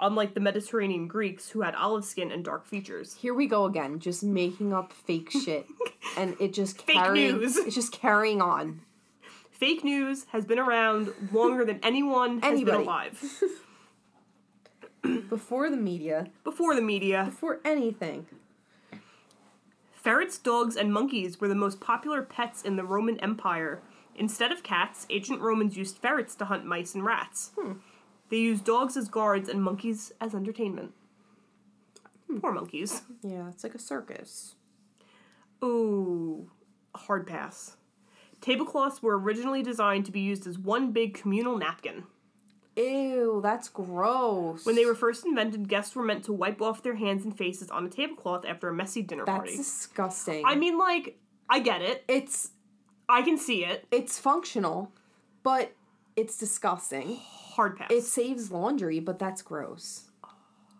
S3: unlike the Mediterranean Greeks who had olive skin and dark features.
S2: Here we go again, just making up fake shit, and it just
S3: Fake
S2: carrying,
S3: news.
S2: It's just carrying on.
S3: fake news has been around longer than anyone has
S2: Anybody.
S3: been alive.
S2: Before the media,
S3: Before the media,
S2: before anything.
S3: ferrets, dogs, and monkeys were the most popular pets in the Roman Empire. Instead of cats, ancient Romans used ferrets to hunt mice and rats. They used dogs as guards and monkeys as entertainment. Poor monkeys.
S2: Yeah, it's like a circus.
S3: Ooh, hard pass. Tablecloths were originally designed to be used as one big communal napkin.
S2: Ew, that's gross.
S3: When they were first invented, guests were meant to wipe off their hands and faces on a tablecloth after a messy dinner
S2: that's
S3: party.
S2: disgusting.
S3: I mean, like, I get it.
S2: it's
S3: I can see it.
S2: it's functional, but it's disgusting.
S3: Hard pass.
S2: It saves laundry, but that's gross.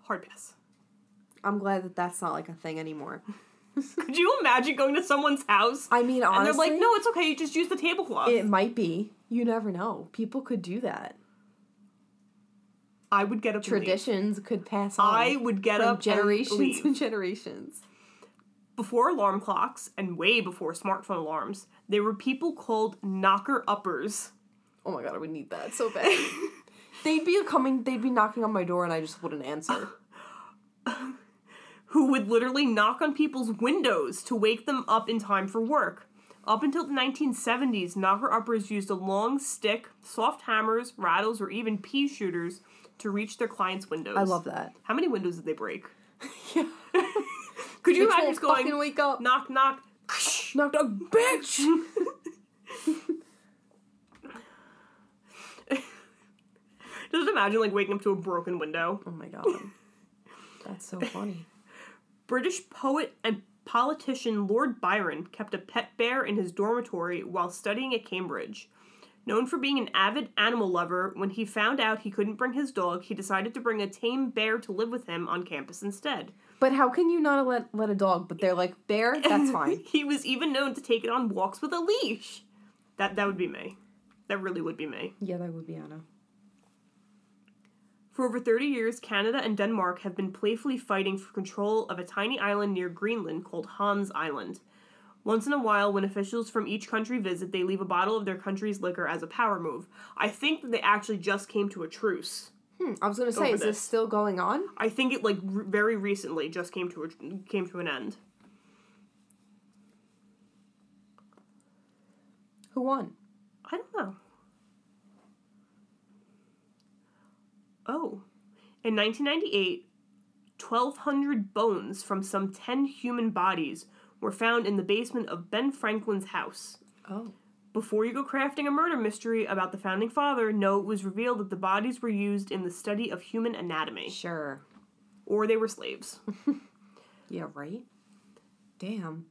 S3: hard pass.
S2: I'm glad that that's not like a thing anymore.
S3: Could you imagine going to someone's house
S2: I mean, honestly,
S3: and they're like, "No, it's okay. You just use the tablecloth."
S2: it might be. You never know. People could do that.
S3: I would get up. and leave.
S2: Traditions could pass on.
S3: I would get
S2: from
S3: up.
S2: generations
S3: And leave.
S2: and generations.
S3: Before alarm clocks and way before smartphone alarms, there were people called knocker uppers.
S2: Oh my god, I would need that so bad. they'd be coming. They'd be knocking on my door, and I just wouldn't answer.
S3: who would literally knock on people's windows to wake them up in time for work. Up until the 1970s, knocker uppers used a long stick, soft hammers, rattles, or even pea shooters to reach their clients' windows.
S2: I love that.
S3: How many windows did they break?
S2: Yeah.
S3: Could you
S2: Bitch
S3: imagine
S2: won't
S3: just going
S2: fucking wake up.
S3: knock knock?
S2: Knock, knock, bitch.
S3: Just imagine like waking up to a broken window.
S2: Oh my god, that's so funny.
S3: British poet and politician Lord Byron kept a pet bear in his dormitory while studying at Cambridge. Known for being an avid animal lover, when he found out he couldn't bring his dog, he decided to bring a tame bear to live with him on campus instead.
S2: But how can you not let let a dog? But they're like bear. That's fine.
S3: He was even known to take it on walks with a leash. That that would be me. That really would be me.
S2: yeah, that would be Anna.
S3: For over 30 years, Canada and Denmark have been playfully fighting for control of a tiny island near Greenland called Hans Island. Once in a while, when officials from each country visit, they leave a bottle of their country's liquor as a power move. I think that they actually just came to a truce.
S2: Hmm, I was gonna say,
S3: Over
S2: is this
S3: this.
S2: still going on?
S3: I think it like r- very recently just came to a came to an end.
S2: Who won?
S3: I don't know. Oh. In 1998, 1,200 bones from some 10 human bodies were found in the basement of Ben Franklin's house.
S2: Oh,
S3: Before you go crafting a murder mystery about the founding father, no, it was revealed that the bodies were used in the study of human anatomy,
S2: sure.
S3: or they were slaves.
S2: Yeah, right. Damn.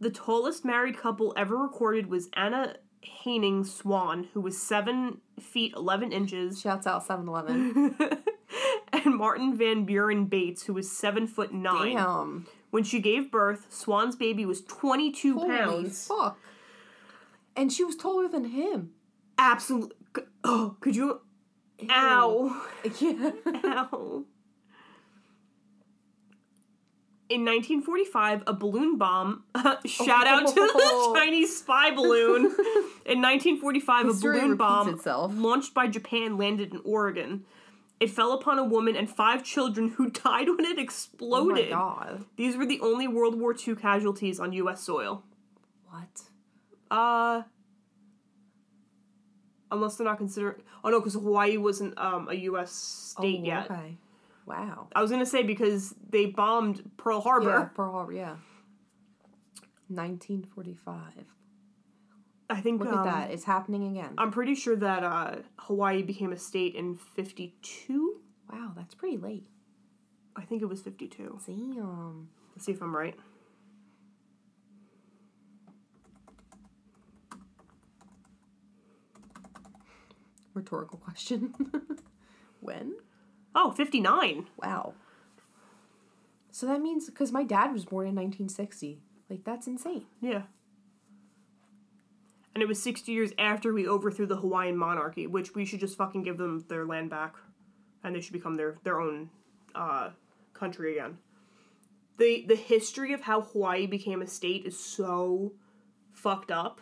S3: The tallest married couple ever recorded was Anna Haining Swan, who was 7 feet 11 inches,
S2: Shouts out 7-Eleven.
S3: and Martin Van Buren Bates, who was 7 foot 9.
S2: Damn.
S3: When she gave birth, Swan's baby was 22
S2: Holy
S3: pounds.
S2: fuck. And she was taller than him.
S3: Absolutely. Oh, could you? Ow.
S2: Yeah.
S3: Ow. In 1945, a balloon bomb. shout out to the
S2: Oh.
S3: Chinese spy balloon. In 1945,
S2: History
S3: a balloon
S2: repeats
S3: bomb
S2: itself.
S3: launched by Japan landed in Oregon. It fell upon a woman and five children who died when it
S2: oh my
S3: exploded.
S2: god.
S3: These were the only World War II casualties on U.S. soil.
S2: What?
S3: Uh, unless they're not considering. Oh no, because Hawaii wasn't um, a U.S. state
S2: Oh,
S3: yet.
S2: Okay. Wow.
S3: I was gonna say because they bombed Pearl Harbor.
S2: Yeah, Pearl Harbor, yeah. 1945.
S3: I think
S2: Look
S3: um,
S2: at that. It's happening again.
S3: I'm pretty sure that uh, Hawaii became a state in '52.
S2: wow, that's pretty late.
S3: I think it was '52.
S2: Damn.
S3: Let's see if I'm right.
S2: Rhetorical question. when?
S3: Oh, 59.
S2: Wow. So that means because my dad was born in 1960. Like that's insane.
S3: Yeah. And it was 60 years after we overthrew the Hawaiian monarchy, which we should just fucking give them their land back and they should become their, their own uh, country again. The, the history of how Hawaii became a state is so fucked up.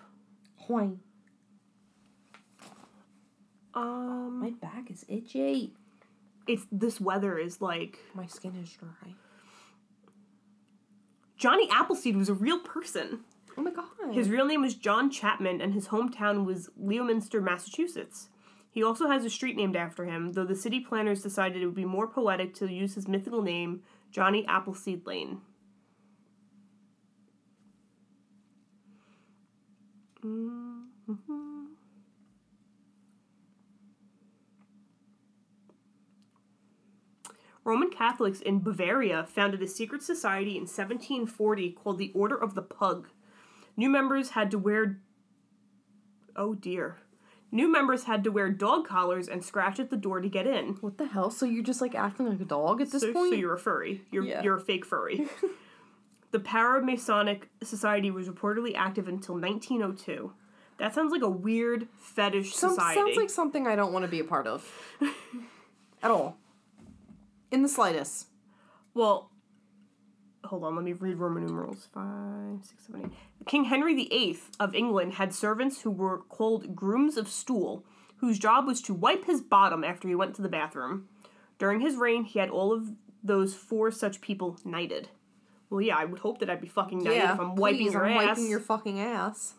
S2: Hoing.
S3: Um,
S2: My back is itchy.
S3: it's this weather is like
S2: My skin is dry.
S3: Johnny Appleseed was a real person.
S2: Oh my god.
S3: His real name was John Chapman, and his hometown was Leominster, Massachusetts. He also has a street named after him, though the city planners decided it would be more poetic to use his mythical name, Johnny Appleseed Lane. Mm-hmm. Roman Catholics in Bavaria founded a secret society in 1740 called the Order of the Pug. New members had to wear. Oh dear. New members had to wear dog collars and scratch at the door to get in.
S2: what the hell? So you're just like acting like a dog at this
S3: So,
S2: point?
S3: so you're a furry. You're,
S2: Yeah.
S3: you're a fake furry. the Paramasonic Society was reportedly active until 1902. That sounds like a weird fetish
S2: Some-
S3: society.
S2: sounds like something I don't want to be a part of. At all. In the slightest.
S3: Well, hold on. Let me read Roman numerals. Five, six, seven, eight. King Henry VIII of England had servants who were called grooms of stool, whose job was to wipe his bottom after he went to the bathroom. During his reign, he had all of those four such people knighted. Well, yeah, I would hope that I'd be fucking knighted if I'm wiping
S2: please,
S3: your
S2: I'm
S3: ass.
S2: wiping your fucking ass.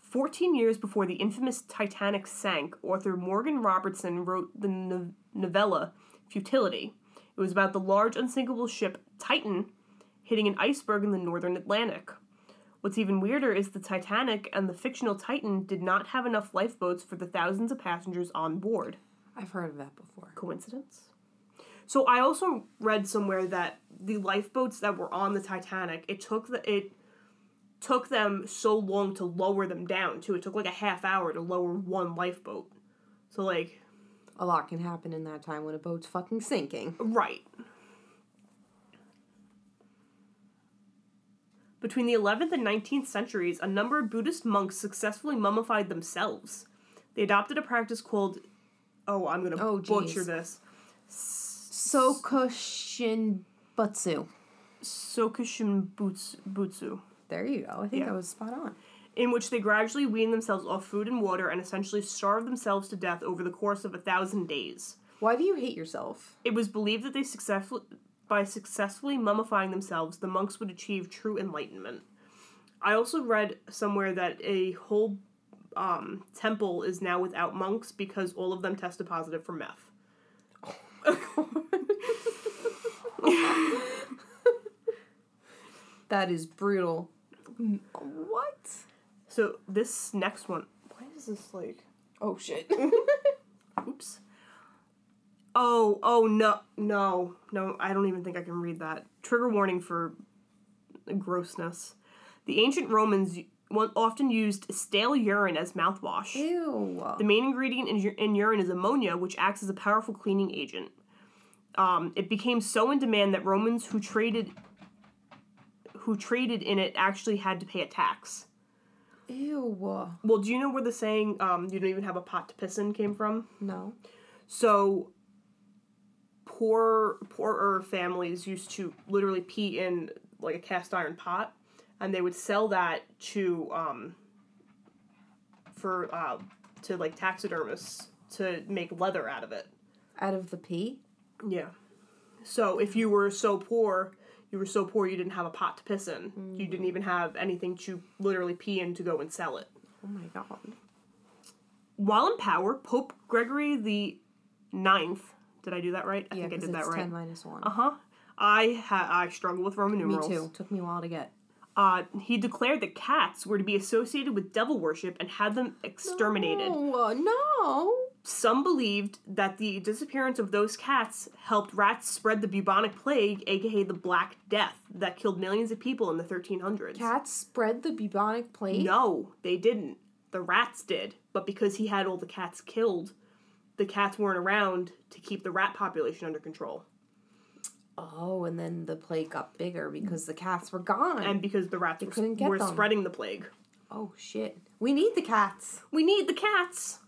S3: 14 years before the infamous Titanic sank, author Morgan Robertson wrote the no- novella Futility. It was about the large unsinkable ship Titan hitting an iceberg in the northern Atlantic. What's even weirder is the Titanic and the fictional Titan did not have enough lifeboats for the thousands of passengers on board.
S2: I've heard of that before.
S3: Coincidence? So I also read somewhere that the lifeboats that were on the Titanic, it took the it took them so long to lower them down too. It took like a half hour to lower one lifeboat. So like
S2: A lot can happen in that time when a boat's fucking sinking.
S3: Right. Between the 11th and 19th centuries, a number of Buddhist monks successfully mummified themselves. They adopted a practice called, oh, I'm gonna
S2: Oh,
S3: butcher
S2: geez.
S3: this,
S2: Sokushin Butsu.
S3: Sokushin Butsu, Butsu,
S2: There you go. I think
S3: Yeah.
S2: that was spot on.
S3: in which they gradually weaned themselves off food and water and essentially starved themselves to death over the course of a thousand days.
S2: Why do you hate yourself?
S3: It was believed that they successfully, by successfully mummifying themselves, the monks would achieve true enlightenment. I also read somewhere that a whole um, temple is now without monks because all of them tested positive for meth.
S2: That is brutal.
S3: Mm,
S2: What?
S3: So this next one, why is this like?
S2: Oh shit.
S3: Oops. Oh, oh no, no, no! I don't even think I can read that. Trigger warning for grossness. The ancient Romans one- often used stale urine as mouthwash.
S2: Ew.
S3: The main ingredient in, u- in urine is ammonia, which acts as a powerful cleaning agent. Um, it became so in demand that Romans who traded who traded in it actually had to pay a tax.
S2: Ew.
S3: Well, do you know where the saying um, "you don't even have a pot to piss in" came from?
S2: No.
S3: So poor poorer families used to literally pee in like a cast iron pot, and they would sell that to um, for uh, to like taxidermists to make leather out of it.
S2: Out of the pee?
S3: Yeah. So if you were so poor, you were so poor you didn't have a pot to piss in. You didn't even have anything to literally pee in to go and sell it.
S2: Oh my god.
S3: While in power, Pope Gregory the Ninth. Did I do that right? I
S2: Yeah,
S3: think I
S2: 'cause
S3: did that
S2: it's
S3: right.
S2: 10 minus 1.
S3: Uh huh. I ha- I struggle with Roman
S2: Me
S3: numerals.
S2: too. Took me a while to get.
S3: Uh, he declared that cats were to be associated with devil worship and had them exterminated.
S2: Oh, no.
S3: Some believed that the disappearance of those cats helped rats spread the bubonic plague, aka the Black Death, that killed millions of people in the 1300s.
S2: Cats spread the bubonic plague?
S3: No, they didn't. The rats did, but because he had all the cats killed, the cats weren't around to keep the rat population under control.
S2: Oh, and then the plague got bigger because the cats were gone.
S3: And because the rats
S2: couldn't
S3: were,
S2: get
S3: were
S2: them.
S3: spreading the plague.
S2: oh shit. We need the cats.
S3: We need the cats.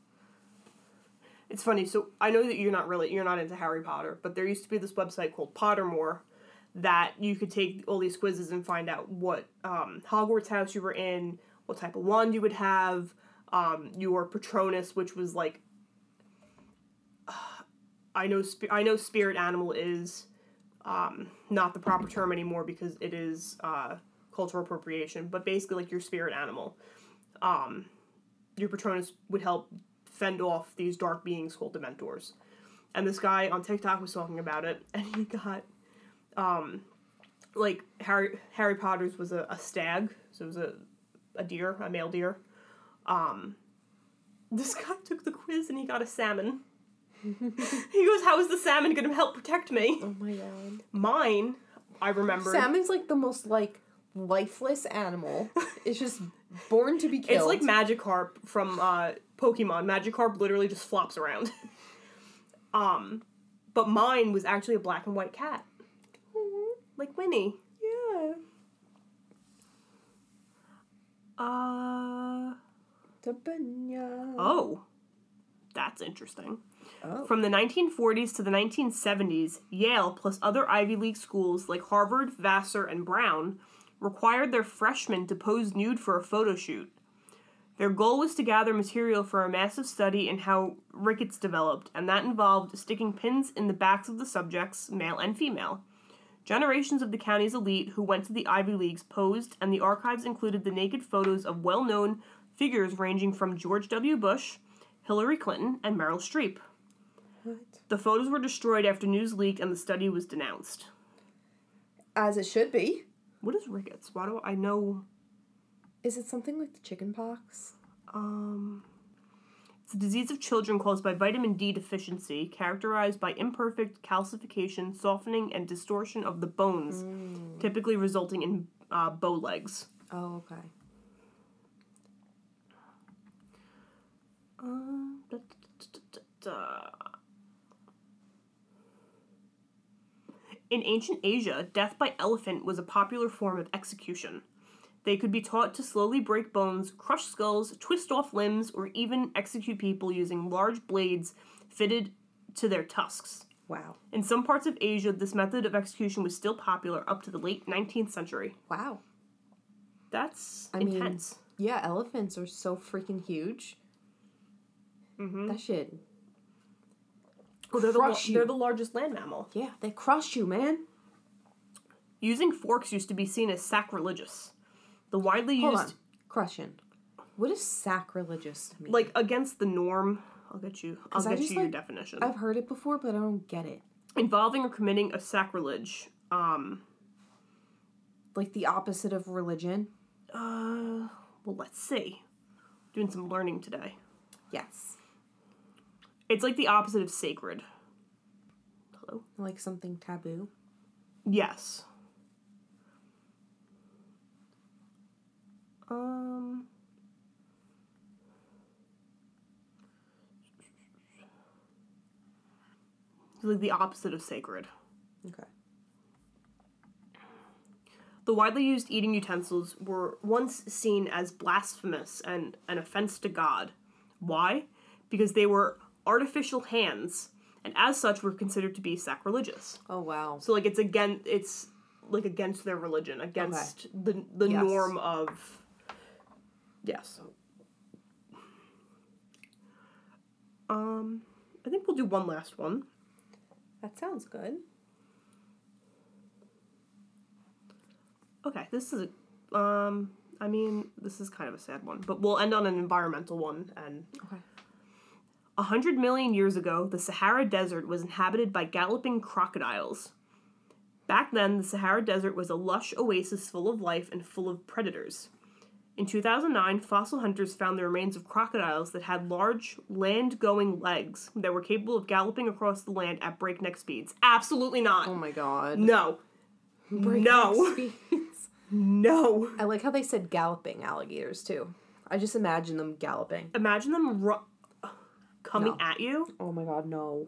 S3: It's funny. So I know that you're not really you're not into Harry Potter, but there used to be this website called Pottermore that you could take all these quizzes and find out what um, Hogwarts house you were in, what type of wand you would have, um, your Patronus, which was like. I know, sp- I know, spirit animal is um, not the proper term anymore because it is uh, cultural appropriation, but basically like your spirit animal. Um, your Patronus would help fend off these dark beings called Dementors. And this guy on TikTok was talking about it, and he got, um, like Harry Harry Potter's was a, a stag, so it was a a deer, a male deer. Um, this guy took the quiz and he got a salmon. he goes, "How is the salmon going to help protect me?"
S2: Oh my god.
S3: Mine, I remember.
S2: Salmon's like the most like lifeless animal. it's just born to be
S3: It's
S2: killed.
S3: like Magikarp from uh, Pokemon. Magikarp literally just flops around. um, but mine was actually a black and white cat, like Winnie.
S2: yeah.
S3: Uh
S2: The banana.
S3: oh, that's interesting.
S2: Oh.
S3: From the 1940s to the 1970s, Yale plus other Ivy League schools like Harvard, Vassar, and Brown required their freshmen to pose nude for a photo shoot. Their goal was to gather material for a massive study in how rickets developed, and that involved sticking pins in the backs of the subjects, male and female. Generations of the county's elite who went to the Ivy Leagues posed, and the archives included the naked photos of well known figures ranging from George W. Bush, Hillary Clinton, and Meryl Streep.
S2: What?
S3: The photos were destroyed after news leaked and the study was denounced.
S2: As it should be.
S3: What is rickets? Why do I know?
S2: Is it something like the chicken pox?
S3: Um, it's a disease of children caused by vitamin D deficiency, characterized by imperfect calcification, softening, and distortion of the bones, typically resulting in uh, bow legs.
S2: Oh, okay.
S3: Um, da- da- da- da- da- da. In ancient Asia, death by elephant was a popular form of execution. They could be taught to slowly break bones, crush skulls, twist off limbs, or even execute people using large blades fitted to their tusks.
S2: Wow.
S3: In some parts of Asia, this method of execution was still popular up to the late 19th century.
S2: Wow.
S3: That's
S2: I mean-
S3: intense.
S2: Yeah, elephants are so freaking huge. That shit.
S3: Well, they're, the lar-
S2: Mm-hmm. crush you.
S3: they're the largest land mammal.
S2: Yeah, they crush you, man.
S3: Using forks used to be seen as sacrilegious. The widely
S2: Hold
S3: used,
S2: on. Crushing. What does sacrilegious mean?
S3: like against the norm. I'll get you. I'll
S2: 'Cause I
S3: get you
S2: just,
S3: your
S2: like,
S3: definition.
S2: I've heard it before, but I don't get it.
S3: Involving or committing a sacrilege. Um.
S2: Like the opposite of religion.
S3: Uh. Well, let's see. Doing some learning today.
S2: Yes.
S3: It's like the opposite of sacred. Hello.
S2: Like something taboo.
S3: Yes. Um. It's like the opposite of sacred.
S2: Okay.
S3: The widely used eating utensils were once seen as blasphemous and an offense to God. Why? Because they were artificial hands, and as such were considered to be sacrilegious.
S2: Oh wow.
S3: So like it's again it's like against their religion, against the the
S2: Yes.
S3: norm of Yes. Um I think we'll do one last one.
S2: That sounds good.
S3: Okay, this is a, um I mean, this is kind of a sad one, but we'll end on an environmental one and
S2: Okay.
S3: A hundred million years ago, the Sahara Desert was inhabited by galloping crocodiles. Back then, the Sahara Desert was a lush oasis full of life and full of predators. In 2009, fossil hunters found the remains of crocodiles that had large, land going legs that were capable of galloping across the land at breakneck speeds. Absolutely not!
S2: Oh my god.
S3: No. No. No.
S2: I like how they said galloping alligators too. I just imagine them galloping.
S3: Imagine them ru- coming at you.
S2: Oh my god, no.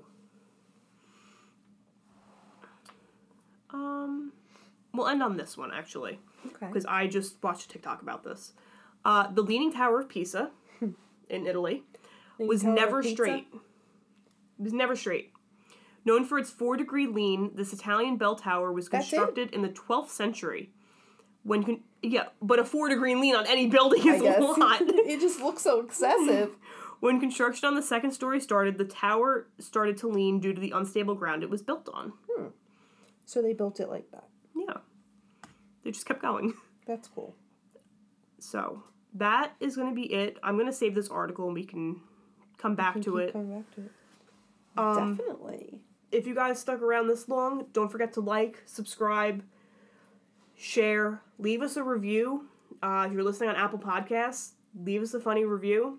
S3: Um, we'll end on this one, actually.
S2: Okay.
S3: because I just watched a TikTok about this. Uh, the Leaning Tower of Pisa in Italy was
S2: Tower of
S3: never
S2: Pizza?
S3: straight. It was never straight. Known for its four degree lean, this Italian bell tower was
S2: That's it?
S3: constructed in the 12th century. When con- Yeah, but a four degree lean on any building
S4: I
S3: is
S4: guess.
S3: a lot.
S4: it just looks so excessive.
S3: when construction on the second story started, the tower started to lean due to the unstable ground it was built on.
S4: So they built it like that.
S3: Yeah. They just kept going.
S4: That's cool.
S3: So that is going to be it. I'm going to save this article and we can come back to
S4: Keep
S3: it.
S4: coming back to it.
S3: Um,
S4: Definitely.
S3: if you guys stuck around this long, don't forget to like, subscribe, share, leave us a review. Uh, if you're listening on Apple Podcasts, leave us a funny review.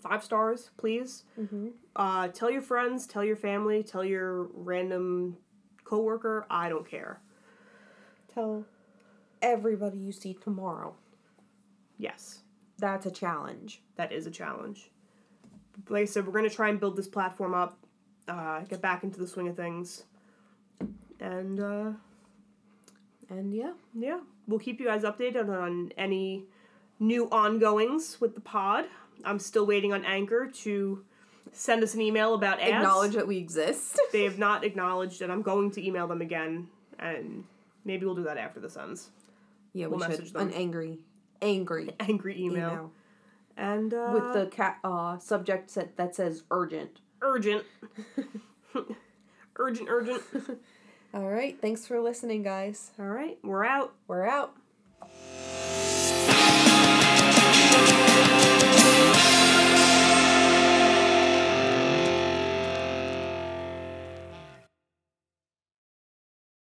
S3: Five stars, please. Uh, tell your friends, tell your family, tell your random coworker. I don't care.
S4: Tell everybody you see tomorrow.
S3: Yes.
S4: That's a challenge.
S3: that is a challenge. Like I said, we're going to try and build this platform up, uh, get back into the swing of things. And uh,
S4: And yeah,
S3: yeah, we'll keep you guys updated on any new ongoings with the pod. I'm still waiting on Anchor to send us an email about ads.
S2: Acknowledge that we exist.
S3: They have not acknowledged, and I'm going to email them again, and maybe we'll do that after this ends.
S2: Yeah, we
S3: We'll message
S2: should.
S3: them.
S2: An angry, angry
S3: Angry email.
S2: email
S3: And uh,
S2: with the cat uh, subject set that says urgent.
S3: urgent. urgent, urgent.
S4: All right. Thanks for listening, guys.
S3: All right, we're out.
S4: We're out.